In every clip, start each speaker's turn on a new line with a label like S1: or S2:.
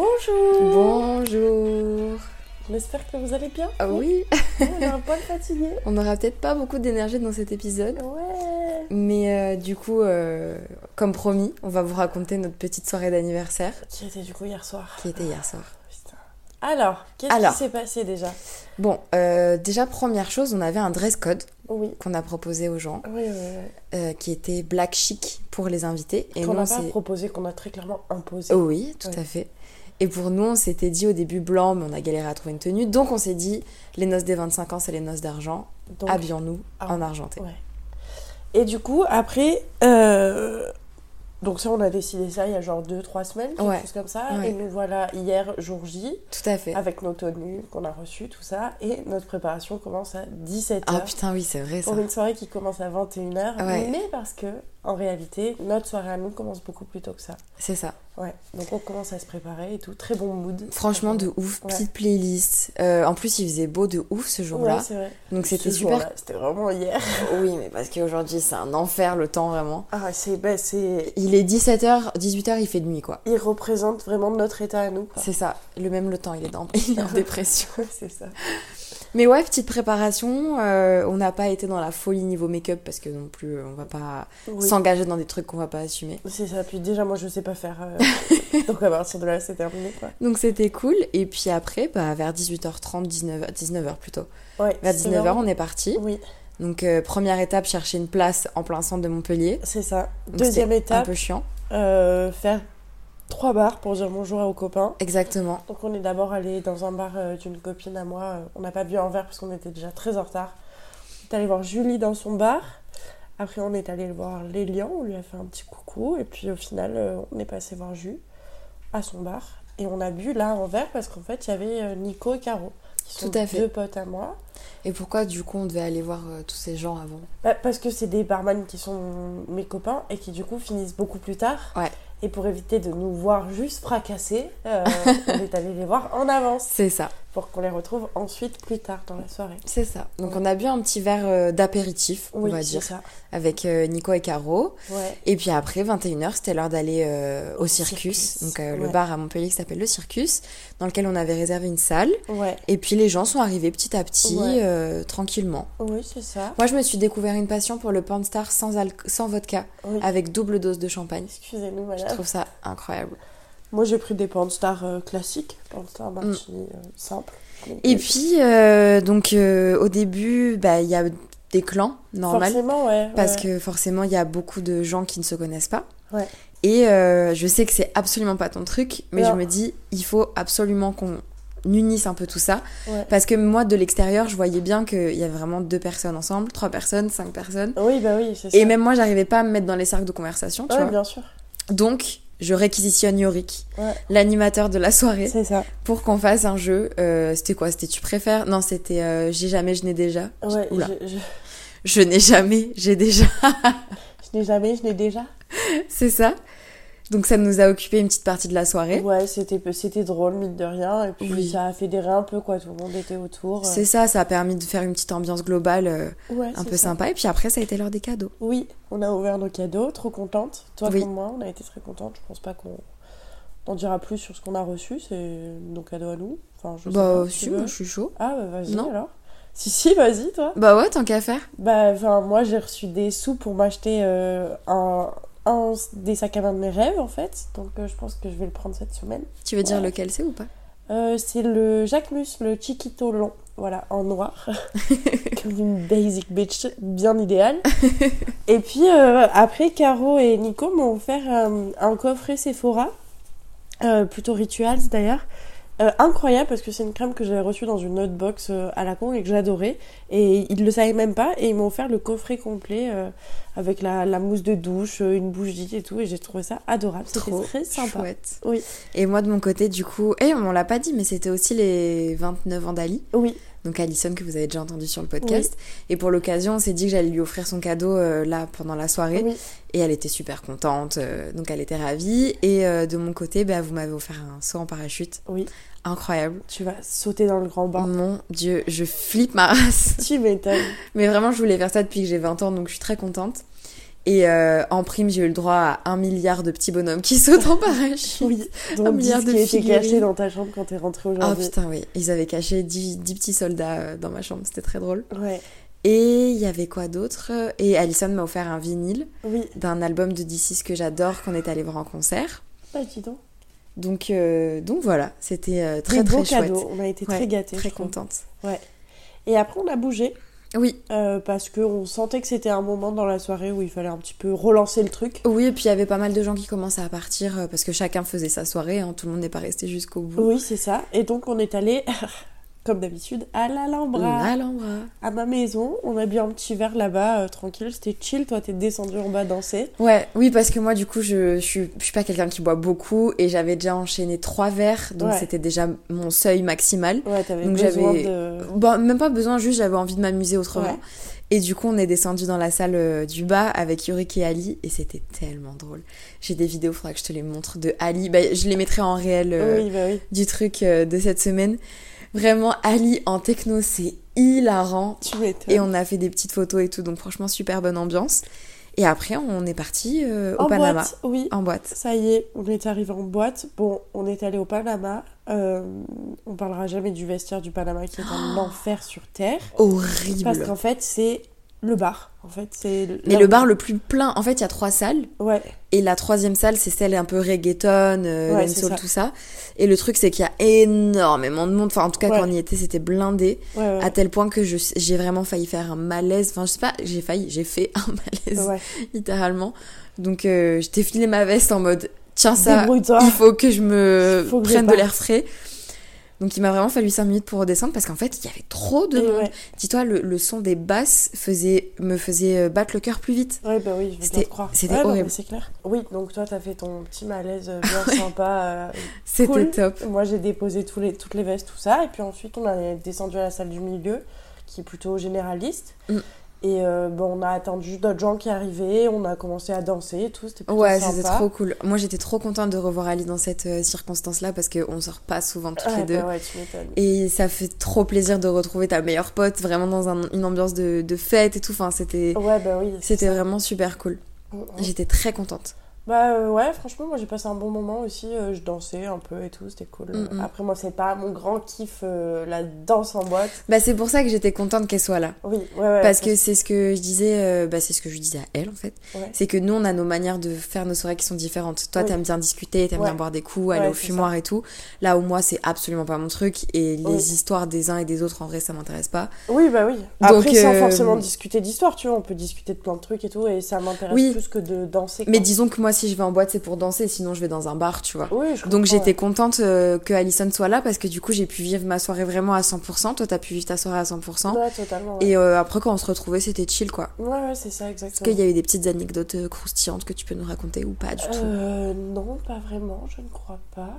S1: Bonjour
S2: Bonjour
S1: J'espère que vous allez bien. Oh,
S2: Ah oui,
S1: On est un poil fatigué.
S2: on aura peut-être pas beaucoup d'énergie dans cet épisode,
S1: Ouais
S2: mais euh, du coup, euh, comme promis, on va vous raconter notre petite soirée d'anniversaire
S1: Qui était du coup hier soir
S2: qui était hier soir.
S1: Putain. Alors, qu'est-ce
S2: Alors.
S1: qui s'est passé déjà
S2: Bon, euh, déjà première chose, on avait un dress code
S1: Oh Oui.
S2: qu'on a proposé aux gens,
S1: Oui, oui, oui.
S2: euh, qui était black chic pour les invités.
S1: qu'on
S2: nous,
S1: n'a pas
S2: on s'est-
S1: proposé, qu'on a très clairement imposé.
S2: Oh oui, tout
S1: Ouais.
S2: à fait. Et pour nous, on s'était dit au début blanc, mais on a galéré à trouver une tenue. Donc on s'est dit, les noces des 25 ans, c'est les noces d'argent.
S1: Donc,
S2: Habillons-nous
S1: Ah.
S2: en argenté.
S1: Ouais. Et du coup, après, euh, donc ça, on a décidé ça il y a genre 2-3 semaines, quelque
S2: Ouais.
S1: chose comme ça.
S2: Ouais.
S1: Et nous voilà hier, jour J,
S2: Tout à fait.
S1: avec nos tenues qu'on a reçues, tout ça. Et notre préparation commence à 17h.
S2: Ah putain, oui, c'est vrai ça.
S1: Pour une soirée qui commence à 21h,
S2: Ouais.
S1: mais parce que, en réalité, notre soirée à nous commence beaucoup plus tôt que ça.
S2: C'est ça.
S1: Ouais, donc on commence à se préparer et tout. Très bon mood.
S2: Franchement, de ouf.
S1: Ouais.
S2: Petite playlist. Euh, en plus, il faisait beau de ouf ce jour-là.
S1: Ouais, c'est vrai.
S2: donc c'était
S1: Ce
S2: super.
S1: jour-là, C'était vraiment hier.
S2: Oui, mais parce qu'aujourd'hui, c'est un enfer le temps vraiment.
S1: Ah, c'est. bah, c'est...
S2: Il est 17h, 18h, il fait nuit quoi.
S1: Il représente vraiment notre état à nous. quoi.
S2: C'est ça. Le même le temps, il est, dans... il est en dépression.
S1: c'est ça.
S2: Mais ouais, petite préparation. euh, on n'a pas été dans la folie niveau make-up parce que non plus, euh, on va pas
S1: Oui.
S2: s'engager dans des trucs qu'on va pas assumer.
S1: C'est ça. Puis déjà, moi, je sais pas faire. euh, donc à partir de là, c'est terminé, quoi.
S2: Donc c'était cool. Et puis après, bah, vers 18h30, 19h, 19h plutôt.
S1: Ouais.
S2: Bah, Vers
S1: c'est
S2: 19h,
S1: vraiment-
S2: on est parti.
S1: Oui,
S2: Donc euh, première étape, chercher une place en plein centre de Montpellier.
S1: c'est ça.
S2: Donc,
S1: Deuxième
S2: c'était Un
S1: étape,
S2: peu chiant.
S1: euh, faire trois bars pour dire bonjour aux copains.
S2: Exactement.
S1: Donc on est d'abord allé dans un bar euh, d'une copine à moi. Euh, On n'a pas bu un verre parce qu'on était déjà très en retard. On est allé voir Julie dans son bar. Après on est allé voir Lélian, on lui a fait un petit coucou. Et puis au final euh, on est passé voir Ju à son bar. Et on a bu là un verre parce qu'en fait il y avait euh, Nico et Caro. Qui sont
S2: Tout à fait.
S1: deux potes à moi.
S2: Et pourquoi du coup on devait aller voir euh, tous ces gens avant
S1: Bah, parce que c'est des barman qui sont mes copains et qui du coup finissent beaucoup plus tard.
S2: Ouais.
S1: Et pour éviter de nous voir juste fracasser, euh, on est allé les voir en avance.
S2: C'est ça,
S1: pour qu'on les retrouve ensuite plus tard dans la soirée.
S2: c'est ça. Donc on a bu un petit verre euh, d'apéritif, on va
S1: c'est
S2: dire,
S1: ça.
S2: avec euh, Nico et Caro.
S1: Ouais.
S2: Et puis après 21h, c'était l'heure d'aller euh, au
S1: Au
S2: Circus,
S1: Circus,
S2: donc euh, le
S1: ouais.
S2: bar à Montpellier qui s'appelle le Circus, dans lequel on avait réservé une salle.
S1: Ouais.
S2: Et puis les gens sont arrivés petit à petit,
S1: Ouais.
S2: euh, tranquillement.
S1: Oui, c'est ça.
S2: Moi, je me suis découvert une passion pour le Pornstar sans, alc- sans vodka,
S1: Oui.
S2: avec double dose de champagne.
S1: Excusez-nous,
S2: Je
S1: madame.
S2: trouve ça incroyable.
S1: Moi, j'ai pris des Panstar euh, classiques, Panstar martini euh, simple.
S2: Mm. Et puis, euh, donc, euh, au début, bah, il y a des clans, normal.
S1: Forcément, ouais.
S2: Parce que forcément, il y a beaucoup de gens qui ne se connaissent pas.
S1: Ouais.
S2: Et euh, je sais que c'est absolument pas ton truc, mais je
S1: Non.
S2: me dis, il faut absolument qu'on unisse un peu tout ça.
S1: Ouais.
S2: Parce que moi, de l'extérieur, je voyais bien qu'il y avait vraiment deux personnes ensemble, trois personnes, cinq personnes.
S1: Oui, bah oui, c'est ça.
S2: Et même moi, j'arrivais pas à me mettre dans les cercles de conversation, tu
S1: Ouais,
S2: vois.
S1: bien sûr.
S2: Donc, je réquisitionne Yorick,
S1: Ouais.
S2: l'animateur de la soirée,
S1: C'est ça.
S2: pour qu'on fasse un jeu. Euh, c'était quoi C'était tu préfères Non, c'était euh, j'ai jamais, je n'ai déjà.
S1: Ouais,
S2: Oula.
S1: je, je-
S2: Je n'ai jamais, j'ai déjà.
S1: je n'ai jamais, je n'ai déjà.
S2: C'est ça. Donc ça nous a occupé une petite partie de la soirée.
S1: Ouais, c'était c'était drôle, mine de rien. Et puis,
S2: Oui.
S1: ça a fédéré un peu, quoi. Tout le monde était autour. euh.
S2: C'est ça, ça a permis de faire une petite ambiance globale euh,
S1: ouais,
S2: un
S1: c'est
S2: peu
S1: ça.
S2: sympa. Et puis après, ça a été l'heure des cadeaux.
S1: Oui, on a ouvert nos cadeaux, trop contente. Toi
S2: Oui.
S1: comme moi, on a été très contente. Je pense pas qu'on en dira plus sur ce qu'on a reçu, c'est nos cadeaux à nous. Enfin, je sais
S2: Bah,
S1: pas, si
S2: si,
S1: tu
S2: moi,
S1: veux.
S2: je suis chaud.
S1: Ah, bah vas-y
S2: Non.
S1: alors. Si, si, vas-y toi.
S2: Bah ouais, tant qu'à faire.
S1: Bah, enfin, moi j'ai reçu des sous pour m'acheter euh, un, un des sacs à main de mes rêves en fait. Donc euh, je pense que je vais le prendre cette semaine.
S2: Tu veux dire
S1: Ouais.
S2: lequel c'est ou pas
S1: Euh, c'est le Jacquemus, le Chiquito long, voilà, en noir, comme une basic bitch bien idéale. et puis euh, après, Caro et Nico m'ont offert euh, un coffret Sephora, euh, plutôt Rituals d'ailleurs. Euh, incroyable parce que c'est une crème que j'avais reçue dans une autre box euh, à la con et que j'adorais et ils le savaient même pas et ils m'ont offert le coffret complet euh, avec la, la mousse de douche, euh, une bougie et tout et j'ai trouvé ça adorable, c'était très sympa.
S2: chouette.
S1: Oui.
S2: Et moi, de mon côté, du coup, et on l'a pas dit, mais c'était aussi les 29 ans d'Ali,
S1: Oui,
S2: donc Alison que vous avez déjà entendu sur le podcast. Et pour l'occasion, on s'est dit que j'allais lui offrir son cadeau euh, là pendant la soirée.
S1: oui.
S2: Et elle était super contente, euh, donc elle était ravie. Et euh, de mon côté, bah, vous m'avez offert un saut en parachute.
S1: Oui.
S2: Incroyable.
S1: Tu vas sauter dans le grand bain.
S2: Mon dieu, je flippe ma race.
S1: Tu m'étonnes.
S2: Mais vraiment, je voulais faire ça depuis que j'ai 20 ans, donc je suis très contente. Et euh, en prime, j'ai eu le droit à un milliard de petits bonhommes qui sautent en parachute.
S1: Oui,
S2: Un
S1: donc dis
S2: milliard
S1: ce
S2: de
S1: qui était
S2: figurines.
S1: caché dans ta chambre quand t'es rentrée
S2: Ah
S1: aujourd'hui.
S2: putain, oui. Ils avaient caché 10, petits soldats euh, dans ma chambre. C'était très drôle.
S1: ouais,
S2: Et il y avait quoi d'autre Et Alison m'a offert un vinyle
S1: oui.
S2: d'un album de D6 que j'adore, qu'on est allé voir en concert.
S1: Bah dis donc.
S2: Donc, euh, donc voilà, c'était euh, très
S1: Des
S2: très
S1: beaux
S2: chouette.
S1: cadeaux. On a été
S2: Ouais,
S1: très gâtés.
S2: Très
S1: je trouve.
S2: contente.
S1: Et après, on a bougé
S2: Oui,
S1: euh, parce qu'on sentait que c'était un moment dans la soirée où il fallait un petit peu relancer le truc.
S2: oui, et puis il y avait pas mal de gens qui commençaient à partir euh, parce que chacun faisait sa soirée, hein, tout le monde n'est pas resté jusqu'au bout.
S1: Oui, c'est ça. Et donc, on est allé, comme d'habitude, à l'Alhambra,
S2: L'Alhambra.
S1: à ma maison. On a bu un petit verre là-bas, euh, tranquille. C'était chill. Toi, t'es descendu en bas danser.
S2: Ouais, oui, parce que moi, du coup, je, je, suis, je suis pas quelqu'un qui boit beaucoup et j'avais déjà enchaîné trois verres, donc
S1: Ouais.
S2: c'était déjà mon seuil maximal.
S1: Ouais, t'avais
S2: Donc,
S1: besoin
S2: j'avais-
S1: de.
S2: Bon, Bah, même pas besoin, juste j'avais envie de m'amuser autrement.
S1: Ouais.
S2: Et du coup, on est descendu dans la salle euh, du bas avec Yurik et Ali et c'était tellement drôle. J'ai des vidéos, faudra que je te les montre de Ali. Bah, je les mettrai en réel euh,
S1: Oui, bah oui.
S2: du truc euh, de cette semaine. Vraiment, Ali en techno, c'est hilarant.
S1: Tu m'étonnes.
S2: Et on a fait des petites photos et tout, donc franchement, super bonne ambiance. Et après, on est parti euh, au
S1: en
S2: Panama.
S1: boîte, oui.
S2: En boîte.
S1: Ça y est, on est arrivé en boîte. Bon, on est allé au Panama. Euh, on parlera jamais du vestiaire du Panama qui est un enfer sur terre. Parce
S2: Oh. Horrible.
S1: qu'en fait, c'est le bar. En fait, c'est. le-
S2: Mais le bar le plus plein, en fait, il y a trois salles.
S1: Ouais.
S2: Et la troisième salle, c'est celle un peu reggaeton, euh,
S1: Ouais,
S2: dancehall,
S1: c'est ça.
S2: tout ça. Et le truc, c'est qu'il y a énormément de monde. Enfin, en tout cas,
S1: Ouais.
S2: quand on y était, c'était blindé.
S1: Ouais,
S2: À tel point que je- j'ai vraiment failli faire un malaise. Enfin, je sais pas, j'ai failli, j'ai fait un
S1: ouais.
S2: malaise,
S1: ouais.
S2: littéralement. Donc, euh, je t'ai filé ma veste en mode, tiens ça,
S1: Débrouille-toi.
S2: il faut que je me
S1: Faut que je
S2: prenne de
S1: parte.
S2: l'air frais. Donc, il m'a vraiment fallu 5 minutes pour redescendre parce qu'en fait, il y avait trop de
S1: Et
S2: monde.
S1: ouais.
S2: Dis-toi, le, le son des basses faisait, me faisait euh, battre le cœur plus vite.
S1: Ouais, bah oui, je vais bien
S2: C'était-
S1: te croire.
S2: c'était
S1: Ouais, non, mais
S2: horrible.
S1: C'est clair. Oui, donc toi, t'as fait ton petit malaise euh, bien sympa.
S2: C'était
S1: Cool.
S2: top.
S1: euh, moi, j'ai déposé tous les, toutes les vestes, tout ça. Et puis ensuite, on est descendu à la salle du milieu, qui est plutôt généraliste.
S2: Mm.
S1: Et euh, bon, on a attendu d'autres gens qui arrivaient. On a commencé à danser et tout. C'était plutôt
S2: Ouais,
S1: sympa.
S2: c'était trop cool. Moi, j'étais trop contente de revoir Ali dans cette euh, circonstance-là parce qu'on sort pas souvent toutes
S1: Ah,
S2: les deux.
S1: bah ouais, tu m'étonnes.
S2: Et ça fait trop plaisir de retrouver ta meilleure pote vraiment dans un- une ambiance de, de fête et tout. Enfin, c'était
S1: Ouais, bah oui. c'est
S2: c'était vraiment super cool.
S1: ça.
S2: J'étais très contente.
S1: Bah euh, ouais, franchement, moi j'ai passé un bon moment aussi. euh, je dansais un peu et tout, c'était cool. Euh,
S2: Mm, mm.
S1: Après, moi, c'est pas mon grand kiff, euh, la danse en boîte.
S2: Bah, c'est pour ça que j'étais contente qu'elle soit là.
S1: Oui, ouais, ouais.
S2: Parce que c'est ce que je disais, euh, bah, c'est ce que je disais à elle en fait.
S1: Ouais.
S2: C'est que nous, on a nos manières de faire nos soirées qui sont différentes. Toi,
S1: Oui.
S2: t'aimes bien discuter, t'aimes
S1: Ouais.
S2: bien boire des coups, aller
S1: Ouais,
S2: au
S1: c'est
S2: fumoir et tout. Là où moi, c'est absolument pas mon truc et les
S1: Oui.
S2: histoires des uns et des autres en vrai, ça m'intéresse pas.
S1: Oui, bah oui. Après,
S2: Donc,
S1: sans
S2: euh,
S1: forcément discuter d'histoire, tu vois, on peut discuter de plein de trucs et tout, et ça m'intéresse
S2: Oui.
S1: plus que de danser. quoi.
S2: Mais disons que moi, si je vais en boîte, c'est pour danser, sinon je vais dans un bar, tu vois.
S1: Oui, je
S2: Donc
S1: comprends,
S2: j'étais contente euh, que Alison soit là parce que du coup j'ai pu vivre ma soirée vraiment à 100%. Toi t'as pu vivre ta soirée à 100%.
S1: Ouais, Ouais, totalement. Ouais,
S2: Et euh, après quand on se retrouvait c'était chill quoi.
S1: ouais, ouais, c'est ça,
S2: Est-ce qu'il
S1: exactement.
S2: y a eu des petites anecdotes euh, croustillantes que tu peux nous raconter ou pas du tout
S1: Euh, non, pas vraiment, je ne crois pas.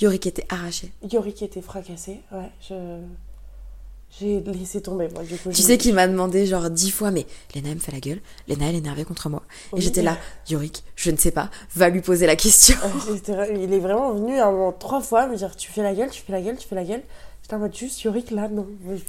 S2: Yorick était arraché.
S1: Yorick était fracassé, ouais, je. J'ai laissé tomber, moi, du coup.
S2: Tu sais qu'il m'a demandé genre dix fois mais Lena elle me fait la gueule, Lena elle est énervée contre moi. Et j'étais là, Yorick, je ne sais pas, va lui poser la question.
S1: Ah, j'étais vra- Il est vraiment venu à un moment trois fois me dire tu fais la gueule, tu fais la gueule, tu fais la gueule. J'étais en mode juste Yorick là, non. Mais je-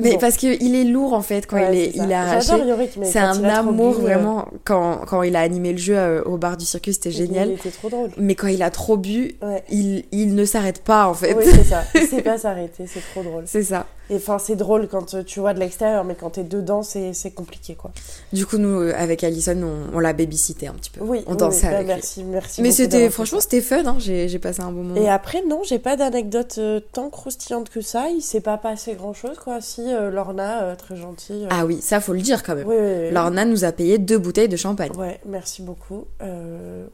S2: Mais
S1: Bon.
S2: parce qu'il est lourd en fait quand
S1: Ouais,
S2: il est,
S1: c'est ça.
S2: il est arraché.
S1: J'adore Yorick, mais
S2: C'est
S1: quand
S2: un
S1: il a trop
S2: amour
S1: bu, euh,
S2: vraiment. Quand, quand il a animé le jeu euh, au bar du circuit c'était génial.
S1: Il était trop drôle.
S2: Mais quand il a trop bu,
S1: Ouais.
S2: il, il ne s'arrête pas en fait.
S1: Oui, c'est ça. Il sait pas s'arrêter, c'est trop drôle.
S2: C'est ça.
S1: Et enfin, c'est drôle quand euh, tu vois de l'extérieur, mais quand t'es dedans, c'est c'est compliqué quoi.
S2: Du coup, nous, euh, avec Alison, on, on l'a babysité un petit peu.
S1: Oui,
S2: on
S1: oui,
S2: dansait
S1: oui, bah,
S2: avec lui.
S1: Merci, merci.
S2: Mais
S1: beaucoup
S2: c'était,
S1: d'avoir fait
S2: franchement,
S1: ça.
S2: c'était fun. Hein. J'ai, j'ai passé un bon moment.
S1: Et après, non, j'ai pas d'anecdote euh, tant croustillante que ça. Il s'est pas passé grand chose quoi. Si euh, Lorna, euh, très gentille. euh,
S2: Ah oui, ça, faut le dire quand même.
S1: oui, oui, oui.
S2: Lorna nous a payé deux bouteilles de champagne.
S1: Ouais, merci beaucoup. Euh...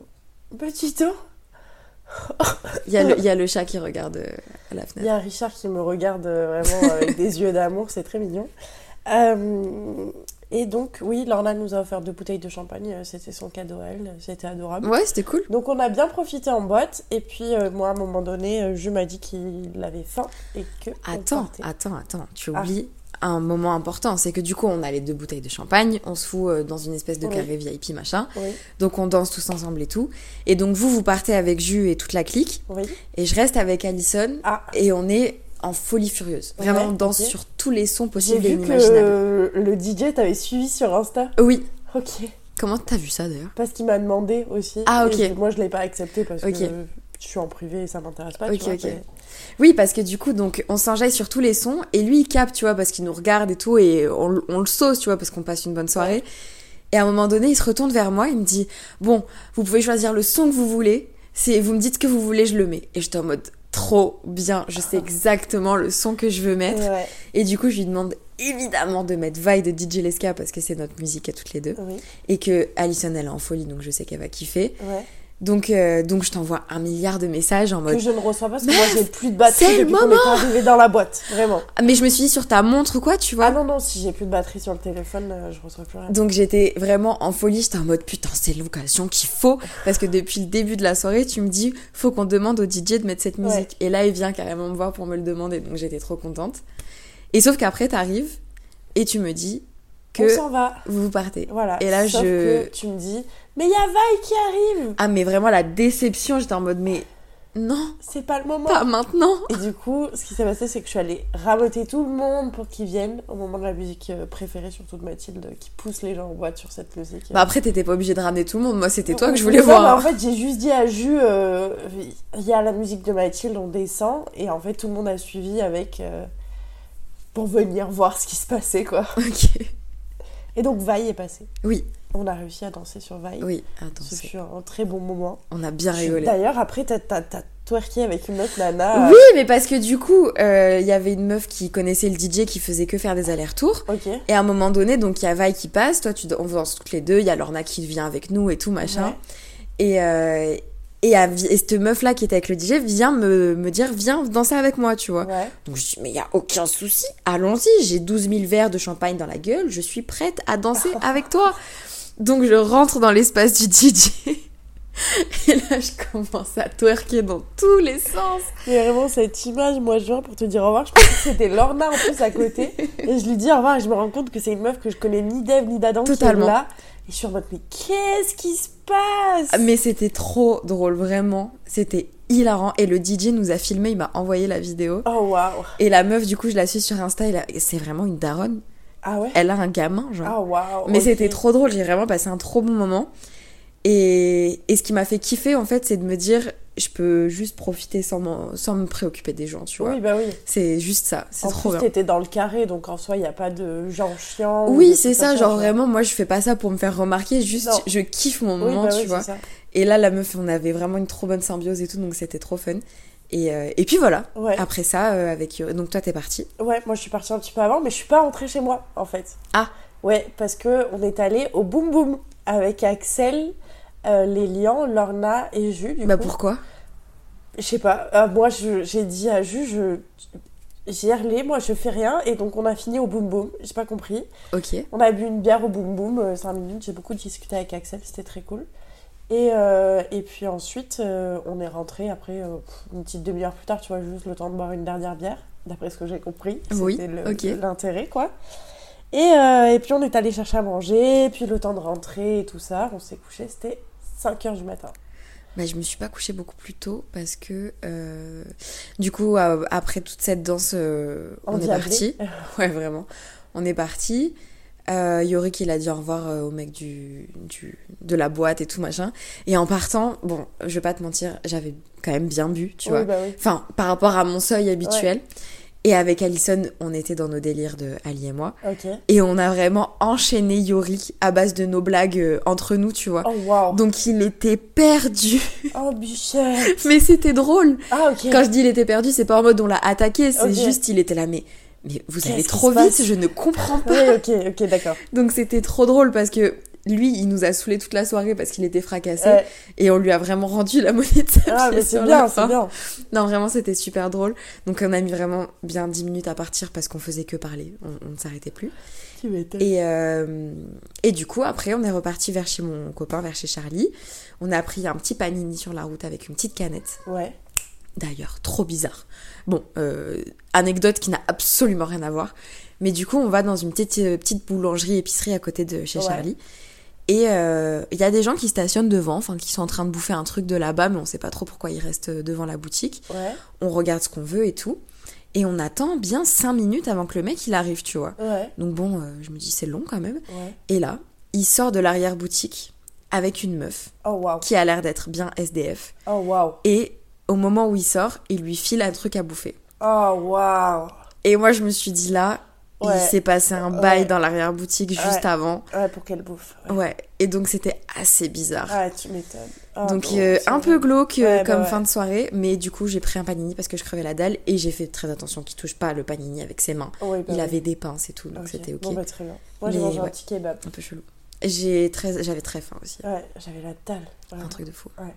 S1: Petit temps,
S2: Il y, a le, il y a le chat qui regarde euh, à la
S1: il
S2: fenêtre.
S1: y a Richard qui me regarde euh, vraiment avec des yeux d'amour, c'est très mignon. Euh, Et donc, oui, Lorna nous a offert deux bouteilles de champagne, euh, c'était son cadeau à elle, c'était adorable.
S2: Ouais, c'était cool.
S1: Donc on a bien profité en boîte, et puis euh, moi à un moment donné, euh, je m'a dit qu'il avait faim et que... on
S2: Attends,
S1: partait.
S2: attends, attends. Tu
S1: Ah.
S2: oublies un moment important. C'est que du coup, on a les deux bouteilles de champagne. On se fout euh, dans une espèce de
S1: Oui.
S2: carré VIP, machin.
S1: Oui,
S2: Donc, on danse tous ensemble et tout. Et donc, vous, vous partez avec Jus et toute la clique.
S1: oui.
S2: Et je reste avec Alison.
S1: Ah,
S2: et on est en folie furieuse. Vraiment,
S1: Ouais,
S2: on danse
S1: ok.
S2: sur tous les sons
S1: j'ai
S2: possibles et
S1: vu que
S2: inimaginables.
S1: euh, le DJ t'avait suivi sur Insta.
S2: Oui,
S1: Ok.
S2: quand Comment t'as vu ça d'ailleurs
S1: Parce qu'il m'a demandé aussi.
S2: Ah,
S1: Et
S2: ok.
S1: moi, je l'ai pas accepté parce
S2: Ok.
S1: que je suis en privé et ça m'intéresse pas.
S2: Ok,
S1: tu vois,
S2: ok.
S1: mais-
S2: Oui, parce que du coup, donc, on s'enjaille sur tous les sons, et lui, il capte, tu vois, parce qu'il nous regarde et tout, et on, on le sauce, tu vois, parce qu'on passe une bonne soirée. Et à un moment donné, il se retourne vers moi, il me dit Bon, vous pouvez choisir le son que vous voulez, c'est, vous me dites ce que vous voulez, je le mets. Et j'étais en mode Trop bien, je sais exactement le son que je veux mettre.
S1: Ouais,
S2: Et du coup, je lui demande évidemment de mettre Vaille de DJ Leska, parce que c'est notre musique à toutes les deux.
S1: oui,
S2: Et que Alison, elle est en folie, donc je sais qu'elle va kiffer.
S1: ouais.
S2: Donc, euh, donc je t'envoie un milliard de messages en mode.
S1: Que je ne reçois pas parce que moi, j'ai plus de batterie
S2: c'est le
S1: depuis qu'on est arrivé dans la boîte. Vraiment.
S2: Ah, Mais je me suis dit sur ta montre ou quoi, tu vois.
S1: Ah non, non, si j'ai plus de batterie sur le téléphone, euh, je reçois plus rien.
S2: Donc j'étais vraiment en folie, j'étais en mode putain c'est l'occasion qu'il faut parce que depuis le début de la soirée tu me dis faut qu'on demande au DJ de mettre cette
S1: Ouais.
S2: musique et là il vient carrément me voir pour me le demander donc j'étais trop contente et sauf qu'après t'arrives et tu me dis
S1: On
S2: que
S1: s'en va.
S2: vous partez
S1: Voilà.
S2: Et là,
S1: Sauf
S2: je-
S1: que tu me dis, mais il y a Vaille qui arrive.
S2: ah mais vraiment la déception j'étais en mode mais non
S1: C'est pas le moment.
S2: pas maintenant
S1: Et du coup, ce qui s'est passé, c'est que je suis allée raboter tout le monde pour qu'ils viennent au moment de la musique euh, préférée, surtout de Mathilde, qui pousse les gens en boîte sur cette musique.
S2: bah après t'étais pas obligé de ramener tout le monde moi c'était toi que je
S1: Non,
S2: voulais
S1: mais bah, en
S2: voir
S1: fait, j'ai juste dit à Ju, euh, il y a la musique de Mathilde, on descend. Et en fait, tout le monde a suivi avec. euh, pour venir voir ce qui se passait, quoi.
S2: ok
S1: Et donc, Vaille est passé.
S2: oui
S1: On a réussi à danser sur Vaille.
S2: oui attends
S1: Ce
S2: c'est-
S1: fut un très bon moment.
S2: on a bien rigolé
S1: D'ailleurs, après, t'as t'as- t'as twerké avec une autre nana.
S2: Oui, mais parce que du coup, euh, il y avait une meuf qui connaissait le DJ qui faisait que faire des allers-retours.
S1: Ok.
S2: Et à un moment donné, donc il y a Vaille qui passe, toi tu on danse toutes les deux, il y a Lorna qui vient avec nous et tout machin.
S1: Ouais.
S2: Et, euh, et, à- et cette meuf là qui était avec le DJ vient me, me dire viens danser avec moi, tu vois.
S1: Ouais.
S2: Donc je dis mais il y a aucun souci, allons-y, j'ai 12 000 verres de champagne dans la gueule, je suis prête à danser avec toi. Donc je rentre dans l'espace du DJ. Et là, je commence à twerker dans tous les sens.
S1: Mais vraiment, cette image, moi, je viens pour te dire au revoir. Je pensais que c'était Lorna en plus à côté. Et je lui dis au revoir et je me rends compte que c'est une meuf que je connais ni d'Eve ni d'Adam qui est
S2: Totalement.
S1: là. Et je suis en mode, mais qu'est-ce qui se passe
S2: Ah, Mais c'était trop drôle, vraiment. C'était hilarant. Et le DJ nous a filmé, il m'a envoyé la vidéo.
S1: Oh waouh
S2: Et la meuf, du coup, je la suis sur Insta. elle a- C'est vraiment une daronne.
S1: Ah ouais
S2: Elle a un gamin, genre.
S1: Ah waouh
S2: Mais
S1: ok.
S2: c'était trop drôle. J'ai vraiment passé un trop bon moment. Et, et ce qui m'a fait kiffer, en fait, c'est de me dire, je peux juste profiter sans, m'en- sans me préoccuper des gens, tu vois.
S1: Oui, bah oui.
S2: C'est juste ça. C'est
S1: En
S2: trop
S1: plus,
S2: bien.
S1: t'étais dans le carré, donc en soi, il n'y a pas de genre chiant. ou de
S2: Oui, c'est
S1: trucs
S2: ça.
S1: comme
S2: Genre,
S1: tu vois.
S2: vraiment, moi, je fais pas ça pour me faire remarquer. Juste,
S1: Non.
S2: je kiffe mon
S1: Oui,
S2: moment,
S1: bah
S2: tu
S1: oui,
S2: vois.
S1: c'est ça.
S2: Et là, la meuf, on avait vraiment une trop bonne symbiose et tout, donc c'était trop fun. Et, euh, et puis voilà.
S1: Ouais.
S2: Après ça, euh, avec Yuri- donc toi, t'es partie.
S1: Ouais, moi je suis partie un petit peu avant, mais je suis pas rentrée chez moi en fait.
S2: Ah.
S1: Ouais, parce que on est allé au Boom Boom avec Axel, euh, Lélian, Lorna et Jules. Du
S2: Bah
S1: coup.
S2: pourquoi
S1: Je sais pas. euh, moi je- j'ai dit à Jules, je j'ai hurlé, moi je fais rien et donc on a fini au Boom Boom. J'ai pas compris.
S2: Ok.
S1: On a bu une bière au Boom Boom euh, 5 minutes. J'ai beaucoup discuté avec Axel, c'était très cool. Et, euh, et puis ensuite euh, on est rentré après euh, pff, une petite demi-heure plus tard, tu vois, juste le temps de boire une dernière bière, d'après ce que j'ai compris.
S2: Oui,
S1: C'était le-
S2: ok.
S1: l'intérêt quoi. Et, euh, et puis on est allé chercher à manger, puis le temps de rentrer et tout ça, on s'est couché, c'était 5h du matin.
S2: Bah je me suis pas couchée beaucoup plus tôt parce que euh, du coup euh, après toute cette danse, euh, on est
S1: Endiablée.
S2: parti. ouais vraiment. On est parti. Euh, Yorick il a dit au revoir euh, au mec du, du de la boîte et tout machin. Et en partant, bon, je vais pas te mentir, j'avais quand même bien bu, tu
S1: Oui,
S2: vois.
S1: bah oui.
S2: enfin par rapport à mon seuil habituel. Et avec Allison, on était dans nos délires de Ali et moi.
S1: Ok.
S2: Et on a vraiment enchaîné Yori à base de nos blagues euh, entre nous, tu vois.
S1: Oh waouh.
S2: Donc il était perdu.
S1: Oh Bichette.
S2: mais c'était drôle.
S1: Ah ok.
S2: Quand je dis il était perdu, c'est pas en mode on l'a attaqué, c'est
S1: Ok.
S2: juste il était là. Mais, mais vous allez
S1: Qu'est-ce
S2: trop
S1: qui se
S2: vite, je ne comprends pas.
S1: Oui, ok, ok, d'accord.
S2: Donc c'était trop drôle parce que lui, il nous a saoulé toute la soirée parce qu'il était fracassé.
S1: Ouais.
S2: Et on lui a vraiment rendu la monnaie de sa
S1: Euh, Ah mais
S2: pièce
S1: c'est
S2: sur
S1: bien,
S2: la
S1: c'est
S2: fin.
S1: bien.
S2: Non, vraiment, c'était super drôle. Donc, on a mis vraiment bien 10 minutes à partir parce qu'on faisait que parler. On, on ne s'arrêtait plus.
S1: Tu m'étonnes.
S2: Et, euh, et du coup, après, on est reparti vers chez mon copain, vers chez Charlie. On a pris un petit panini sur la route avec une petite canette.
S1: Ouais.
S2: D'ailleurs, trop bizarre. Bon, euh, anecdote qui n'a absolument rien à voir. Mais du coup, on va dans une petite, euh, petite boulangerie-épicerie à côté de chez
S1: Ouais.
S2: Charlie. Et euh, il y a des gens qui stationnent devant, enfin qui sont en train de bouffer un truc de là-bas, mais on sait pas trop pourquoi ils restent euh, devant la boutique
S1: Ouais.
S2: on regarde ce qu'on veut et tout. Et on attend bien 5 minutes avant que le mec il arrive, tu vois.
S1: Ouais.
S2: Donc bon, euh, je me dis c'est long quand même.
S1: Ouais.
S2: Et là, il sort de l'arrière-boutique avec une meuf
S1: Oh waouh.
S2: qui a l'air d'être bien SDF.
S1: Oh waouh.
S2: Et au moment où il sort, il lui file un truc à bouffer.
S1: Oh waouh.
S2: Et moi, je me suis dit là,
S1: Ouais.
S2: il s'est passé un bail
S1: Ouais.
S2: dans l'arrière-boutique juste
S1: Ouais.
S2: avant.
S1: Ouais, pour qu'elle bouffe. Ouais,
S2: Ouais. Et donc, c'était assez bizarre.
S1: Ah, tu m'étonnes. Ah,
S2: Donc
S1: bon,
S2: euh,
S1: c'est
S2: un peu
S1: horrible.
S2: glauque euh,
S1: Ouais, bah
S2: comme
S1: ouais.
S2: fin de soirée, mais du coup j'ai pris un panini parce que je crevais la dalle et j'ai fait très attention qu'il touche pas le panini avec ses mains.
S1: Ouais, bah
S2: Il
S1: oui.
S2: avait des pinces et tout, donc
S1: Ok.
S2: c'était ok.
S1: Bon, bah, très bien. Moi, j'ai
S2: Mais
S1: mangé un
S2: ouais.
S1: petit kebab.
S2: Un peu chelou. J'ai très, j'avais très faim aussi,
S1: Ouais, j'avais la dalle. vraiment.
S2: un truc de fou.
S1: Ouais.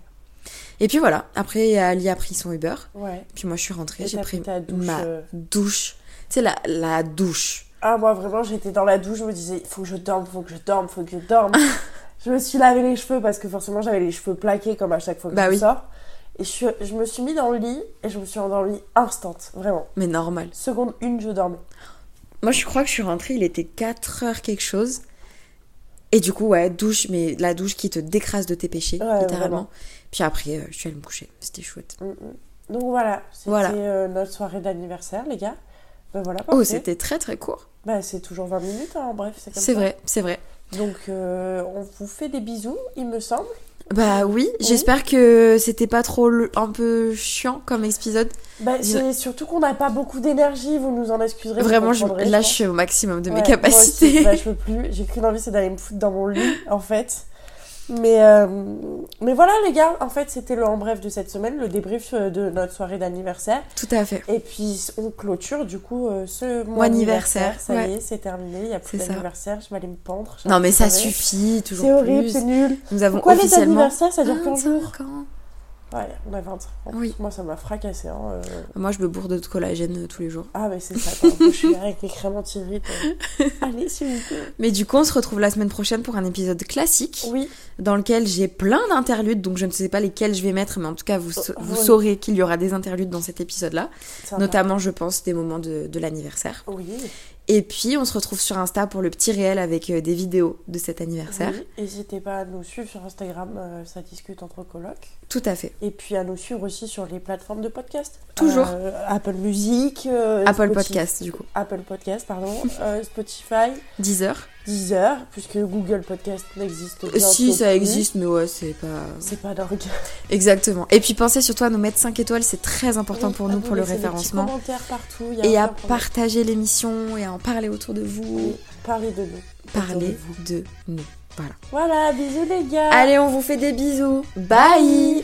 S2: Et puis voilà. Après Ali a pris son Uber,
S1: Ouais.
S2: puis moi je suis rentrée,
S1: Et
S2: j'ai
S1: t'as
S2: pris,
S1: pris ta douche,
S2: ma
S1: euh.
S2: douche. Tu sais la la douche.
S1: Ah, moi, vraiment, j'étais dans la douche, je me disais, faut que je dorme, faut que je dorme, faut que je dorme. je me suis lavé les cheveux parce que forcément, j'avais les cheveux plaqués comme à chaque fois que
S2: Bah
S1: je
S2: oui.
S1: sors. Et je, suis- je me suis mis dans le lit et je me suis endormie instant, vraiment.
S2: Mais normal.
S1: Seconde une, je dormais.
S2: Moi je crois que je suis rentrée, il était 4 heures quelque chose. Et du coup ouais douche, mais la douche qui te décrase de tes péchés
S1: Ouais,
S2: littéralement.
S1: vraiment.
S2: Puis après euh, je suis allée me coucher, c'était chouette.
S1: Mm, mm. Donc voilà, c'était
S2: Voilà.
S1: euh, notre soirée d'anniversaire, les gars. Ben voilà,
S2: Oh,
S1: parfait.
S2: c'était très très court.
S1: Bah, c'est toujours 20 minutes, hein, bref, c'est comme
S2: C'est
S1: ça.
S2: vrai, c'est vrai.
S1: Donc, euh, on vous fait des bisous, il me semble.
S2: Bah
S1: Oui.
S2: oui, j'espère que c'était pas trop le- un peu chiant comme épisode.
S1: Bah,
S2: Je-
S1: c'est surtout qu'on n'a pas beaucoup d'énergie, vous nous en excuserez. vous
S2: Vraiment, je,
S1: comprendrez,
S2: là je
S1: pense.
S2: suis au maximum de
S1: Ouais, Moi
S2: mes
S1: aussi,
S2: capacités.
S1: bah, je peux plus. J'ai qu'une envie, c'est d'aller me foutre dans mon lit, en fait. Mais, euh, mais voilà, les gars, en fait, c'était le en bref de cette semaine, le débrief euh, de notre soirée d'anniversaire.
S2: Tout à fait.
S1: Et puis, on clôture, du coup, euh, ce
S2: Mon
S1: mois
S2: anniversaire,
S1: anniversaire. Ça
S2: ouais.
S1: y est, c'est terminé. Il n'y a plus
S2: C'est ça.
S1: d'anniversaire. Je vais aller me pendre. j'ai
S2: Non mais ça
S1: envie de
S2: suffit,
S1: pleurer.
S2: toujours
S1: C'est horrible,
S2: plus.
S1: c'est nul.
S2: Nous avons
S1: Pourquoi les
S2: officiellement
S1: anniversaires, ça dure qu'un jour
S2: 25 ans.
S1: Ouais, on a 20 ans.
S2: Oui.
S1: Moi, ça m'a fracassé. Hein. euh.
S2: Moi je me bourre de collagène euh, tous les jours.
S1: Ah, mais c'est ça. quoi. je suis là avec les crèmes anti-rides. euh. Allez, s'il vous plaît.
S2: Mais du coup, on se retrouve la semaine prochaine pour un épisode classique
S1: Oui,
S2: dans lequel j'ai plein d'interludes donc je ne sais pas lesquels je vais mettre mais en tout cas vous, sa-
S1: Oh,
S2: vous
S1: oui.
S2: saurez qu'il y aura des interludes dans cet épisode-là,
S1: ça va.
S2: notamment je pense des moments de- de l'anniversaire.
S1: Oui.
S2: Et puis, on se retrouve sur Insta pour le petit réel avec euh, des vidéos de cet anniversaire.
S1: Oui, N'hésitez pas à nous suivre sur Instagram, euh, ça discute entre colocs.
S2: Tout à fait.
S1: Et puis à nous suivre aussi sur les plateformes de podcast.
S2: Toujours.
S1: Euh, Apple Music, euh,
S2: Apple
S1: Spotify-
S2: Podcast, du coup.
S1: Apple Podcast, pardon. euh, Spotify,
S2: 10 heures.
S1: Deezer, puisque Google Podcast n'existe pas.
S2: Euh, Si, ça existe, mais ouais, c'est pas...
S1: C'est pas dingue.
S2: Exactement. Et puis, pensez surtout à nous mettre 5 étoiles, c'est très important
S1: Oui,
S2: pour
S1: à
S2: nous, pour le
S1: laisser des petits
S2: référencement.
S1: commentaires partout. il y a
S2: Et
S1: aucun
S2: à
S1: problème.
S2: partager l'émission et à en parler autour de vous.
S1: Parlez de nous.
S2: Parlez
S1: Autour
S2: de nous. Voilà.
S1: Voilà, bisous les gars.
S2: Allez, on vous fait des bisous. Bye